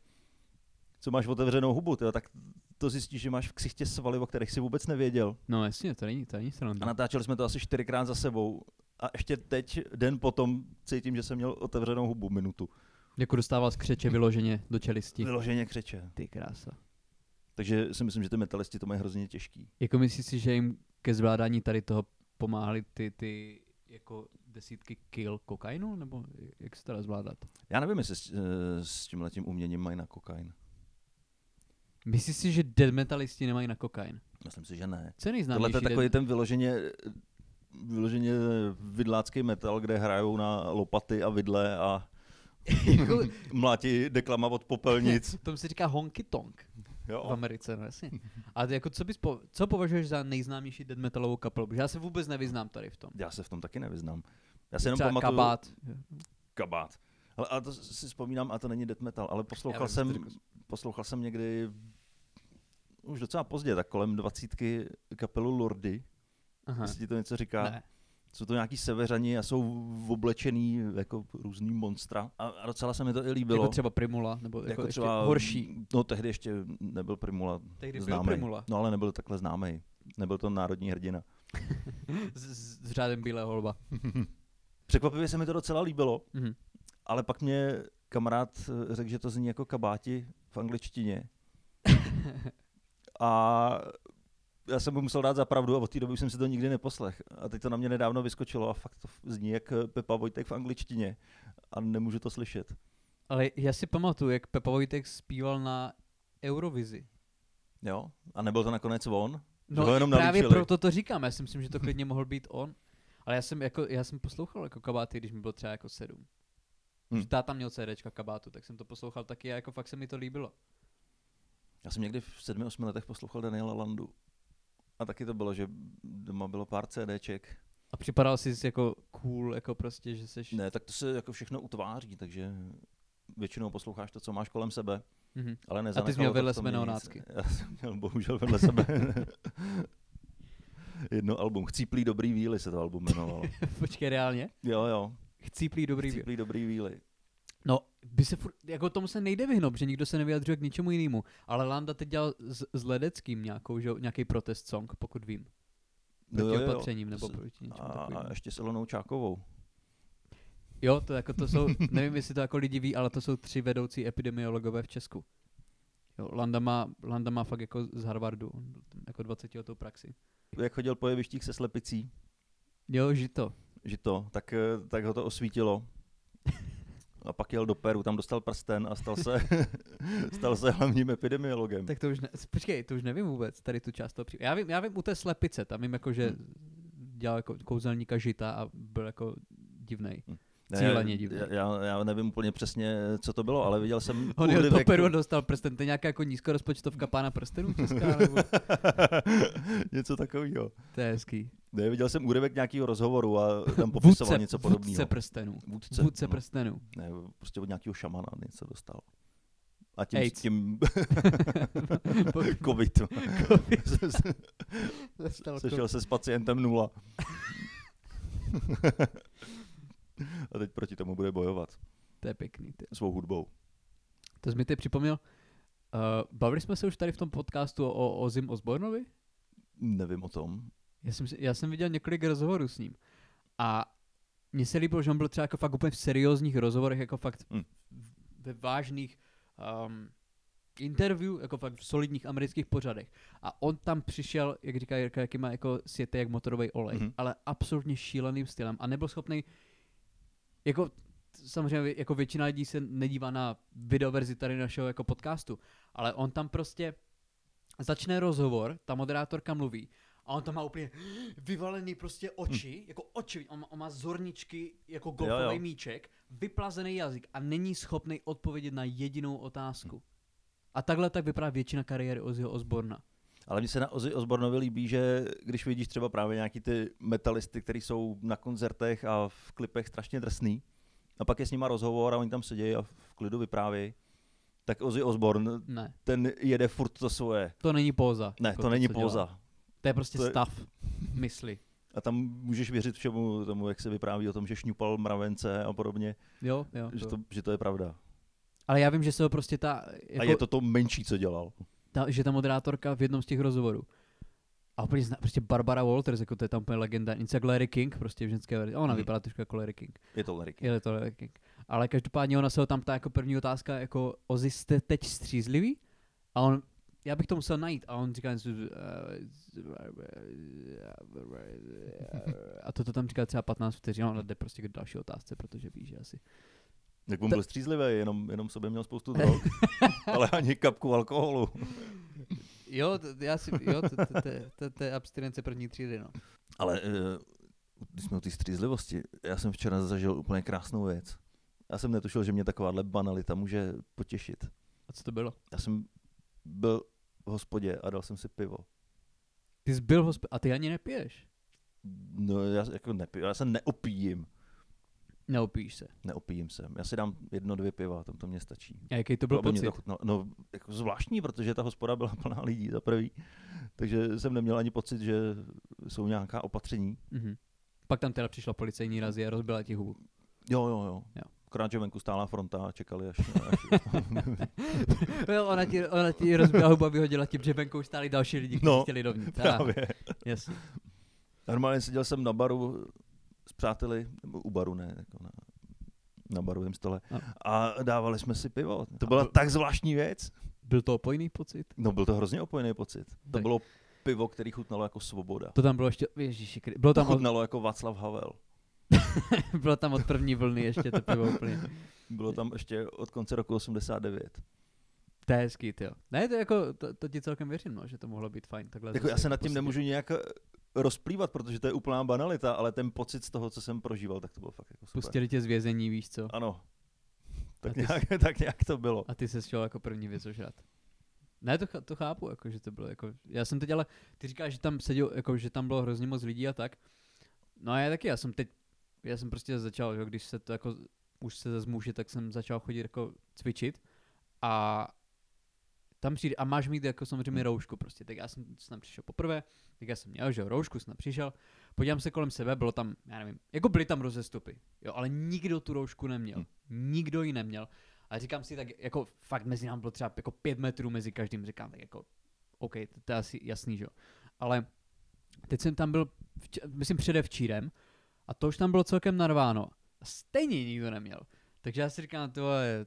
A: co máš otevřenou hubu, tyjo, tak to zjistíš, že máš v ksichtě svaly, o kterých si vůbec nevěděl.
B: No jasně, to není, to není sranda.
A: A natáčeli jsme to asi čtyřikrát za sebou a ještě teď, den potom, cítím, že jsem měl otevřenou hubu minutu.
B: Jako dostával z křeče vyloženě do čelisti.
A: Vyloženě křeče.
B: Ty krása.
A: Takže si myslím, že ty metalisti to mají hrozně těžký.
B: Jako myslíš si, že jim ke zvládání tady toho pomáhali ty, ty jako desítky kil kokainu? Nebo jak se to dá zvládat?
A: Já nevím, jestli s, eh, s tímhle tím uměním mají na kokain.
B: Myslíš si, že dead metalisti nemají na kokain?
A: Myslím si, že ne.
B: Co
A: Tohle
B: je nejznámější?
A: je takový
B: dead-
A: ten vyloženě, vyloženě vidlácký metal, kde hrajou na lopaty a vidle a
B: Jako-
A: mlátí deklama od popelnic.
B: Tomu se říká honky tonk v
A: Jo.
B: Americe, no jasně. A ty jako co, bys po, co považuješ za nejznámější dead metalovou kapelu? Protože já se vůbec nevyznám tady v tom.
A: Já se v tom taky nevyznám. Já si jenom
B: Třeba
A: pamatuju...
B: kabát.
A: kabát. Ale a to si vzpomínám, a to není death metal, ale poslouchal,
B: Já vím, co
A: jsem,
B: ty řekl jsi.
A: poslouchal jsem někdy už docela pozdě, tak kolem dvacítky kapelu Lordy,
B: Aha.
A: jestli ti to něco říká.
B: Ne.
A: Jsou to nějaký severani a jsou oblečený jako různý monstra. A, a docela se mi to i líbilo.
B: Jako třeba Primula, nebo jako, jako třeba ještě horší.
A: No tehdy ještě nebyl Primula
B: Tehdy byl
A: známý.
B: Primula.
A: No ale nebyl takhle známý. Nebyl to národní hrdina.
B: S, s, s řádem bílého holba.
A: Překvapivě se mi to docela líbilo.
B: Mhm.
A: Ale pak mě kamarád eh, řekl, že to zní jako kabáti v angličtině. A já jsem mu musel dát za pravdu a od té doby už jsem si to nikdy neposlech. A teď to na mě nedávno vyskočilo a fakt to zní jak eh, Pepa Vojtek v angličtině. A nemůžu to slyšet.
B: Ale já si pamatuju, jak Pepa Vojtek zpíval na Eurovizi.
A: Jo? A nebyl to nakonec on? Že
B: No
A: ho jenom
B: právě
A: nalíčili.
B: proto to říkám, já si myslím, že to klidně mohl být on. Ale já jsem, jako, já jsem poslouchal jako kabáty, když mi bylo třeba jako sedm.
A: Hm.
B: Hmm. Táta měl CDčka kabátu, tak jsem to poslouchal taky a jako fakt se mi to líbilo.
A: Já jsem někdy v sedmi, osmi letech poslouchal Daniela Landu. A taky to bylo, že doma bylo pár CDček.
B: A připadal jsi jako cool, jako prostě, že seš...
A: Ne, tak to se jako všechno utváří, takže většinou posloucháš to, co máš kolem sebe.
B: Mhm.
A: Ale
B: jsi
A: nezanechalo
B: měl
A: to
B: vedle
A: v tom
B: sebe
A: nic.
B: neonácky.
A: Já jsem měl bohužel vedle sebe jedno album. Chcíplý dobrý víly se to album jmenovalo.
B: Počkej, reálně?
A: Jo, jo.
B: Chcíplý dobrý Chcíplý.
A: Chcíplý dobrý víly.
B: No, by se furt, jako tomu se nejde vyhnout, že nikdo se nevyjadřuje k ničemu jinému. Ale Landa teď dělal s, s Ledeckým nějakou, že, jo, nějaký protest song, pokud vím.
A: No,
B: Proti
A: jo, jo.
B: opatřením nebo
A: To se-
B: proti
A: A,
B: něčemu
A: a
B: takovému.
A: ještě s Elenou Čákovou.
B: Jo, to jako to jsou, nevím jestli to jako lidi ví, ale to jsou tři vedoucí epidemiologové v Česku. Jo, Landa má, Landa má fakt jako z Harvardu, on byl tam jako 20 letou praxi.
A: Jak chodil po jevištích se slepicí,
B: Jo, žito.
A: že to, tak, eh, tak ho to osvítilo. A pak jel do Peru, tam dostal prsten a stal se, stal se hlavním epidemiologem.
B: Tak to už ne, počkej, to už nevím vůbec, tady tu část toho příběhu. Já vím, já vím u té slepice, tam vím jako, že
A: Hm.
B: dělal jako kouzelníka žita a byl jako divnej.
A: Ne,
B: Cíleně divný.
A: já- Já, já, nevím úplně přesně, co to bylo, ale viděl jsem
B: On jel do
A: úryvek-
B: Peru a dostal prsten, to je nějaká jako nízkorozpočtovka pána prstenů česká, nebo?
A: Něco takového.
B: To je hezký.
A: Ne, viděl jsem úryvek nějakého rozhovoru a tam popisoval
B: Vůdce,
A: něco
B: vůdce
A: podobného.
B: prstenů.
A: Vůdce,
B: Vůdce
A: no.
B: prstenů.
A: ne, prostě od nějakého šamana něco dostal. A tím,
B: AIDS.
A: tím
B: Po-
A: covid.
B: dostal
A: Sešel se s pacientem nula. a teď proti tomu bude bojovat
B: To je pěkný. Ty.
A: svou hudbou.
B: To jsi mi teď připomněl. Uh, bavili jsme se už tady v tom podcastu o, o Zim Osbornovi?
A: Nevím o tom.
B: Já jsem, si- já jsem viděl několik rozhovorů s ním. A mně se líbilo, že on byl třeba jako fakt úplně v seriózních rozhovorech, jako fakt
A: Hmm.
B: hmm. ve vážných um, interview, jako fakt v solidních amerických pořadech. A on tam přišel, jak říká Jirka, jaký má jako světý jak motorový olej,
A: Mhm.
B: mm-hmm. ale absolutně šíleným stylem a nebyl schopný jako samozřejmě jako většina lidí se nedívá na videoverzi tady našeho jako podcastu, ale on tam prostě začne rozhovor, ta moderátorka mluví a on tam má úplně vyvalený prostě oči, jako oči, on, má- on má zorničky
A: Hm.
B: jako
A: Jo,
B: golfový
A: jo.
B: míček, vyplazený jazyk a není schopný odpovědět na jedinou otázku. A takhle tak vypadá většina kariéry Ozzyho Osborna.
A: Ale mně se na Ozzy Osbornovi líbí, že když vidíš třeba právě nějaký ty metalisty, kteří jsou na koncertech a v klipech strašně drsný, a pak je s nima rozhovor a oni tam sedějí a v klidu vyprávějí, tak Ozzy Osborn,
B: Ne,
A: ten jede furt to svoje.
B: to není póza.
A: Ne,
B: jako
A: to není
B: co dělá.
A: póza.
B: To je prostě
A: To je-
B: stav mysli.
A: A tam můžeš věřit všemu tomu, jak se vypráví o tom, že šňupal mravence a podobně,
B: Jo, jo.
A: že
B: jo.
A: to, že to je pravda.
B: Ale já vím, že se ho prostě ta... Jako...
A: A je to to menší, co dělal.
B: ta, že ta moderátorka v jednom z těch rozhovorů A úplně zna, prostě Barbara Walters, jako to je tam úplně legenda, nic jak Larry King, prostě v ženské verzi. A Ona
A: Mhm.
B: vypadá trošku jako Larry King.
A: Je to Larry King.
B: Je to Larry King. Ale každopádně ona se ho tam ptá jako první otázka, jako Ozzy jste teď střízlivý? A on, já bych to musel najít. A on říká něco, a toto tam říká třeba 15 vteřin, a ona jde prostě k další otázce, protože ví, že asi.
A: Jak on
B: To-
A: byl střízlivý, jenom, jenom v sobě měl spoustu drog, ale ani kapku alkoholu.
B: Jo, t- já si, jo, to- to- to- to- to je abstinence první třídy, no.
A: Ale eh, když jsme o té střízlivosti, já jsem včera zažil úplně krásnou věc. Já jsem netušil, že mě takováhle banalita může potěšit.
B: A co to bylo?
A: Já jsem byl v hospodě a dal jsem si pivo.
B: Ty jsi byl hosp... a ty ani nepiješ.
A: No, já, jako nepiju, já se neopijím.
B: Neopíš se.
A: Neopijím se. Já si dám jedno, dvě piva, tam to mě stačí.
B: A jaký to byl
A: Aby mě
B: pocit?
A: To, chutnalo. no, jako zvláštní, protože ta hospoda byla plná lidí za prvý, takže jsem neměl ani pocit, že jsou nějaká opatření.
B: Mhm. Pak tam teda přišla policejní razie a rozbila ti hubu.
A: Jo, jo, jo.
B: Jo.
A: Akorát, že venku stála fronta a čekali, až, až
B: Jo, ona ti, ona ti rozbila hubu a vyhodila ti, protože venku už stáli další lidi, kteří no,
A: No,
B: chtěli dovnitř.
A: právě.
B: Jasně.
A: Normálně seděl jsem na baru s přáteli, nebo u baru ne, jako na, na barovém stole
B: Ano.
A: a dávali jsme si pivo. To
B: A
A: byla
B: byl-
A: tak zvláštní věc.
B: Byl to opojný pocit?
A: No byl to hrozně opojený pocit. To
B: Tak.
A: bylo pivo, který chutnalo jako svoboda.
B: To tam bylo ještě, ježiši, kry- bylo
A: To
B: tam, od,
A: chutnalo jako Václav Havel.
B: bylo tam od první vlny ještě to pivo úplně.
A: Bylo tam ještě od konce roku 89.
B: To je hezký, jo. Ne, to je jako, to, to, ti celkem věřím, no, že to mohlo být fajn. Takhle
A: Jako
B: zase prostě-
A: já se nad tím
B: posadit.
A: nemůžu nějak eh, rozplývat, protože to je úplná banalita, ale ten pocit z toho, co jsem prožíval, tak to bylo fakt jako super.
B: Pustili tě z vězení, víš co?
A: Ano.
B: Prostě- A
A: Tak
B: ty jsi-
A: nějak, tak nějak to bylo.
B: A ty se šel jako první věc ožrat. Ne, to, ch- to chápu, jako, že to bylo, jako, já jsem teď ale, ty říkáš, že tam seděl, jako, že tam bylo hrozně moc lidí a tak, no a já taky, já jsem teď, já jsem prostě začal, že, jo, když se to jako, už se zase může, tak jsem začal chodit jako cvičit a tam přijde, a máš mít jako samozřejmě roušku prostě, tak já jsem tam přišel poprvé, tak já jsem měl, že jo, roušku jsem přišel, podívám se kolem sebe, bylo tam, já nevím, jako byly tam rozestupy, jo, ale nikdo tu roušku neměl,
A: Hm.
B: nikdo ji neměl. A říkám si, tak jako fakt mezi námi bylo třeba jako pět metrů mezi každým, říkám, tak jako OK, to, to je asi jasný, že jo. Ale teď jsem tam byl, vč- myslím předevčírem, a to už tam bylo celkem narváno. A stejně nikdo neměl. Takže já si říkám, to je,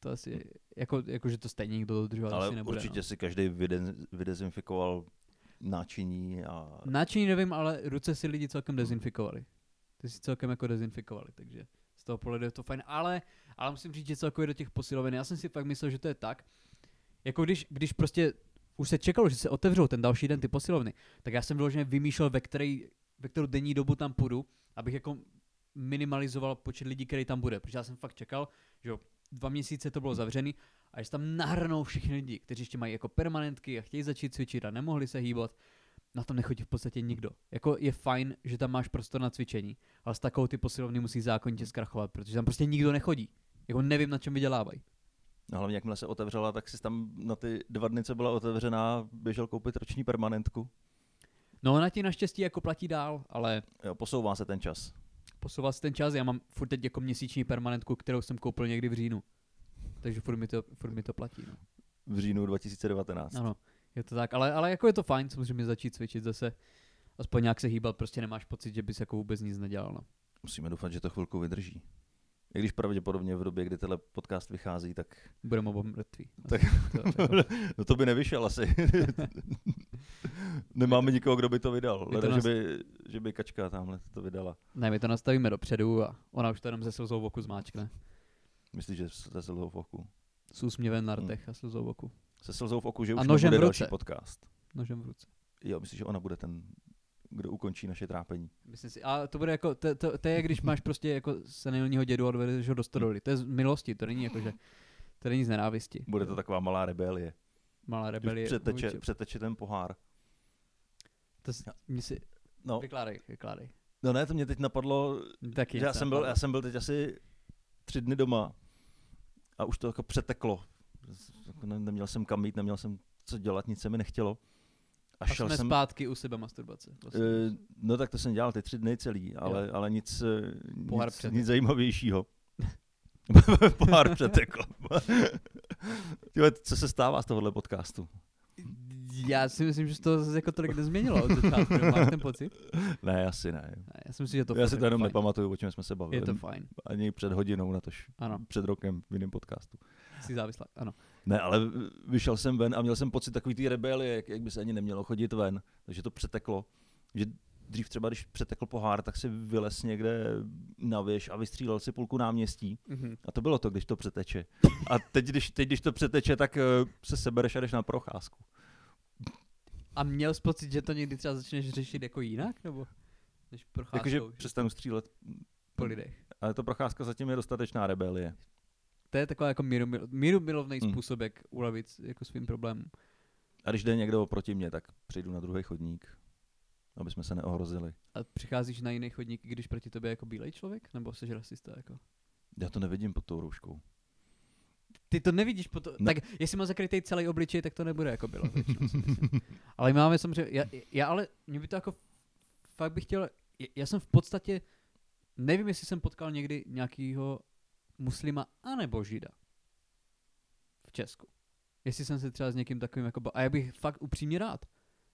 B: to asi, jako, jako že to stejně nikdo dodržovat
A: Ale
B: asi nebude. no."
A: určitě si každý vyden- vydezinfikoval náčiní a
B: No. Náčiní nevím, ale ruce si lidi celkem dezinfikovali. Ty si celkem jako dezinfikovali, takže z toho pohledu je to fajn. Ale, ale musím říct, že celkově do těch posiloven, já jsem si pak myslel, že to je tak, jako když, když prostě už se čekalo, že se otevřou ten další den ty posilovny, tak já jsem vyloženě vymýšlel, ve, který, ve kterou denní dobu tam půjdu, abych jako minimalizoval počet lidí, který tam bude. Protože já jsem fakt čekal, že jo, dva měsíce to bylo zavřený a že se tam nahrnou všichni lidi, kteří ještě mají jako permanentky a chtějí začít cvičit a nemohli se hýbat na tom nechodí v podstatě nikdo. Jako je fajn, že tam máš prostor na cvičení, ale s takovou ty posilovny musí zákonitě zkrachovat, protože tam prostě nikdo nechodí. Jako nevím, na čem vydělávají. Hmm.
A: No hlavně jakmile se otevřela, tak si tam na ty dva dny, co byla otevřená, běžel koupit roční permanentku.
B: No ona ti naštěstí jako platí dál, ale
A: Jo, posouvá se ten čas.
B: posouval se ten čas, já mám furt teď jako měsíční permanentku, kterou jsem koupil někdy v říjnu. Takže furt mi to, furt mi to platí. No.
A: V říjnu 2019.
B: Ano, je to tak, ale, ale jako je to fajn samozřejmě začít cvičit zase. Aspoň nějak se hýbat, prostě nemáš pocit, že bys jako vůbec nic nedělal. No.
A: Musíme doufat, že to chvilku vydrží. I když pravděpodobně v době, kdy tenhle podcast vychází, tak
B: Budeme oba mrtví. Asi
A: Tak-
B: to, jako,
A: no to by nevyšel asi. Nemáme nikoho, kdo by to vydal.
B: to
A: Leda,
B: nás-
A: že, by, že by kačka tamhle to vydala.
B: ne, my to nastavíme dopředu a ona už to jenom ze slzou v oku zmáčkne.
A: Myslím, že se slzou v oku.
B: s úsměvem na rtech a slzou v oku.
A: Se slzou v oku, že
B: A
A: už
B: nožem
A: nebude
B: v ruce.
A: další podcast.
B: Nožem v ruce.
A: Jo, myslím, že ona bude ten, kdo ukončí naše trápení.
B: Myslím si, a to bude jako, to, to, to je, jak když máš prostě jako senilního dědu a dovedeš ho do stodoly. To je z milosti, to není jako, že to není z nenávisti.
A: Bude to taková malá rebelie.
B: Malá rebelie.
A: Když přeteče,
B: vůči-
A: přeteče ten pohár.
B: To s- mě si,
A: No,
B: vykládej, vykládej.
A: no ne, to mě teď napadlo,
B: Mě Taky
A: že já
B: něco
A: jsem, byl,
B: napadlo.
A: já jsem byl teď asi tři dny doma a už to jako přeteklo. Jako ne- Neměl jsem kam jít, neměl jsem co dělat, nic se mi nechtělo. A,
B: a jsme jsem... zpátky u sebe masturbace. Vlastně.
A: Eh, no tak to jsem dělal ty tři dny celý, ale, ale nic, eh,
B: Pohár
A: nic,
B: přetekl.
A: nic zajímavějšího. Pohár přetekl. Tyhle, co se stává z tohohle podcastu?
B: Já si myslím, že se to zase jako tolik nezměnilo od začátku, máš ten pocit?
A: Ne, asi ne.
B: Ne, Já si myslím, že to
A: Já si
B: fakt
A: to jenom
B: fajn.
A: nepamatuju, o čem jsme se bavili.
B: Je to fajn,
A: Ani před hodinou, natož
B: ano,
A: před rokem v jiném podcastu.
B: jsi závislá, ano.
A: Ne, ale vyšel jsem ven a měl jsem pocit takový té rebelie, jak, jak by se ani nemělo chodit ven. Takže to přeteklo. Že dřív třeba, když přetekl pohár, tak si vylez někde na věž a vystřílel si půlku náměstí.
B: Mhm.
A: A to bylo to, když to přeteče. A teď, když, teď, když to přeteče, tak eh, se sebereš a jdeš na procházku.
B: A měl jsi pocit, že to někdy třeba začneš řešit jako jinak, nebo? Než procházkou
A: Jakože
B: že
A: přestanu střílet.
B: po lidech.
A: Ale to procházka zatím je dostatečná rebelie.
B: To je taková jako míru- mírumilovný
A: Mm.
B: způsob, jak ulevit jako svým problémům.
A: A když jde někdo oproti mě, tak přejdu na druhý chodník, aby jsme se neohrozili.
B: A přicházíš na jiný chodník, i když proti tobě je jako bílej člověk? Nebo jsi rasista jako?
A: Já to nevidím pod tou rouškou.
B: Ty to nevidíš potom.
A: Ne.
B: Ne. Tak jestli má zakrytý celý obličej, tak to nebude jako bylo. většinou si myslím. ale my máme samozřejmě, já, já ale, mě by to jako, fakt bych chtěl, já- já jsem v podstatě, nevím, jestli jsem potkal někdy nějakýho muslima anebo žida v Česku. Jestli jsem se třeba s někým takovým jako, ba- a já bych fakt upřímně rád.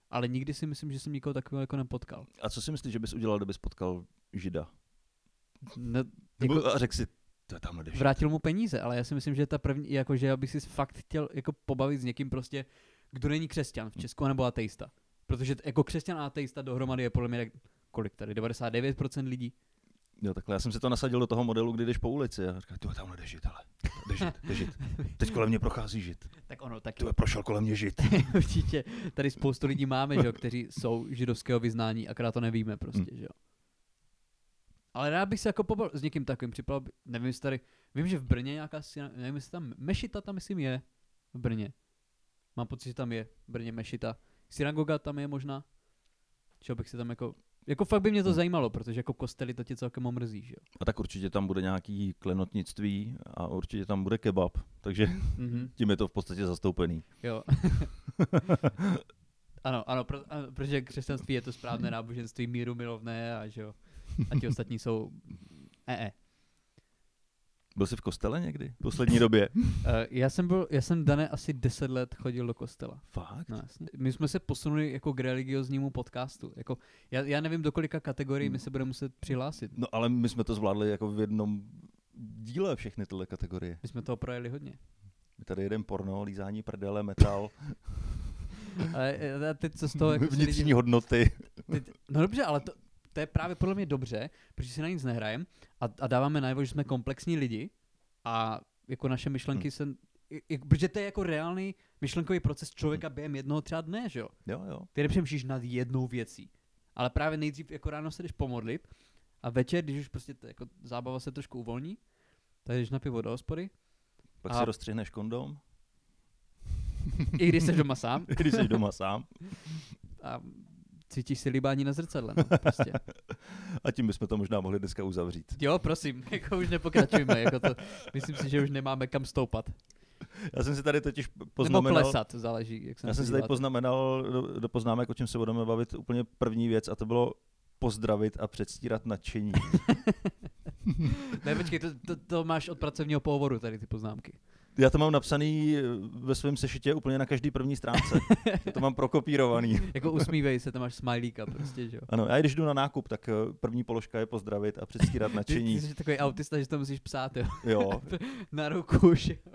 B: Ale nikdy si myslím, že jsem nikoho takového jako nepotkal.
A: A co si myslíš, že bys udělal, kdyby potkal žida?
B: Ne,
A: Nebo
B: jako,
A: a řekl si, to je tamhle jdeš.
B: vrátil mu peníze, ale já si myslím, že ta první, jako že já bych si fakt chtěl jako pobavit s někým prostě, kdo není křesťan v Česku nebo ateista. Protože t- jako křesťan a ateista dohromady je podle mě tak, kolik tady, 99% lidí.
A: Jo, takhle já jsem si to nasadil do toho modelu, kdy jdeš po ulici a říkal, to je tamhle jdeš žid, ale jdeš žid, jdeš žid. Teď kolem mě prochází žid.
B: Tak ono, taky
A: Ty prošel kolem mě žid.
B: určitě tady spoustu lidí máme, že jo, kteří jsou židovského vyznání, akorát to nevíme prostě, že jo. Ale rád bych se jako pobal s někým takovým, připadal by, nevím jestli tady, vím, že v Brně nějaká, syna- nevím jestli tam, Mešita tam myslím je, v Brně. Mám pocit, že tam je v Brně Mešita. Synagoga tam je možná. Čeho bych se tam jako, jako fakt by mě to
A: Hmm.
B: zajímalo, protože jako kostely to tě celkem omrzí, že jo.
A: A tak určitě tam bude nějaký klenotnictví a určitě tam bude kebab, takže
B: Mhm.
A: tím je to v podstatě zastoupený.
B: Jo. ano, ano, pro, ano, protože křesťanství je to správné náboženství míru milovné a že jo. A ti ostatní jsou... E, e.
A: Byl jsi v kostele někdy? V poslední době?
B: Eh, já jsem byl, já jsem dané asi 10 let chodil do kostela.
A: Fakt?
B: No, jasně. My jsme se posunuli jako k religioznímu podcastu. Jako, já, já nevím, do kolika kategorií my se budeme muset přihlásit.
A: No ale my jsme to zvládli jako v jednom díle všechny tyhle kategorie.
B: My jsme toho projeli hodně.
A: My tady jeden porno, lízání prdele, metal,
B: Ale eh, a teď co z toho... Jako si lidi-
A: vnitřní hodnoty.
B: Teď, no dobře, ale to, to je právě podle mě dobře, protože si na nic nehrajeme a, a dáváme najevo, že jsme komplexní lidi a jako naše myšlenky se... i- i- Protože to je jako reálný myšlenkový proces člověka během jednoho třeba dne, že jo?
A: Jo, jo.
B: Ty nepřemýšlíš nad jednou věcí. Ale právě nejdřív jako ráno se jdeš pomodlit a večer, když už prostě to, jako zábava se trošku uvolní, tak jdeš na pivo do hospody,
A: Pak
B: A-
A: si rozstřihneš kondom,
B: i když jsi doma sám
A: když jsi doma sám.
B: a cítíš si líbání na zrcadle, no, prostě.
A: A tím bychom to možná mohli dneska uzavřít.
B: Jo, prosím, jako už nepokračujeme, jako to, myslím si, že už nemáme kam stoupat.
A: Já jsem si tady totiž
B: Nebo
A: poznamenal...
B: klesat, záleží, jak se
A: Já jsem si tady poznamenal do, do poznámek, o čem se budeme bavit, úplně první věc a to bylo pozdravit a předstírat nadšení.
B: Ne, počkej, to, to, to, máš od pracovního pohovoru tady ty poznámky.
A: Já to mám napsaný eh, ve svém sešitě úplně na každý první stránce. Já to mám prokopírovaný.
B: Jako usmívej se, tam máš smajlíka prostě, že jo.
A: Ano, já když jdu na nákup, tak eh, první položka je pozdravit a předstírat
B: Ty, ty
A: nadšení.
B: jsi takový autista, že to musíš psát, jo.
A: Jo,
B: Na ruku, že jo.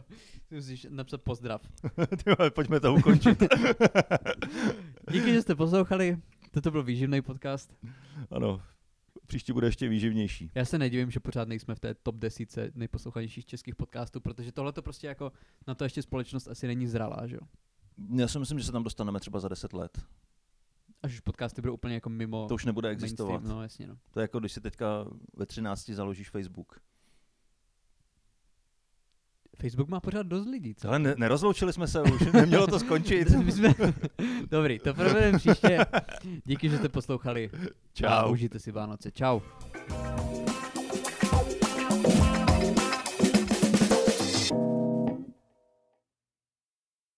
B: Ty musíš napsat pozdrav.
A: Ty vole, pojďme to ukončit.
B: Díky, že jste poslouchali. Toto byl výživný podcast.
A: Ano, příští bude ještě výživnější.
B: Já se nedivím, že pořád nejsme v té top desíce nejposlouchanějších českých podcastů, protože tohle to prostě jako na to ještě společnost asi není zralá, že jo.
A: Já si myslím, že se tam dostaneme třeba za 10 let.
B: Až už podcasty budou úplně jako mimo
A: To už nebude existovat.
B: mainstream, no jasně no.
A: To je jako, když si teďka ve 13 založíš Facebook.
B: Facebook má pořád dost lidí, co?
A: Ale ne- nerozloučili jsme se už, nemělo to skončit.
B: My jsme... Dobrý, to provedeme příště. Díky, že jste poslouchali. A
A: Čau.
B: užijte si Vánoce. Čau.
A: Čau.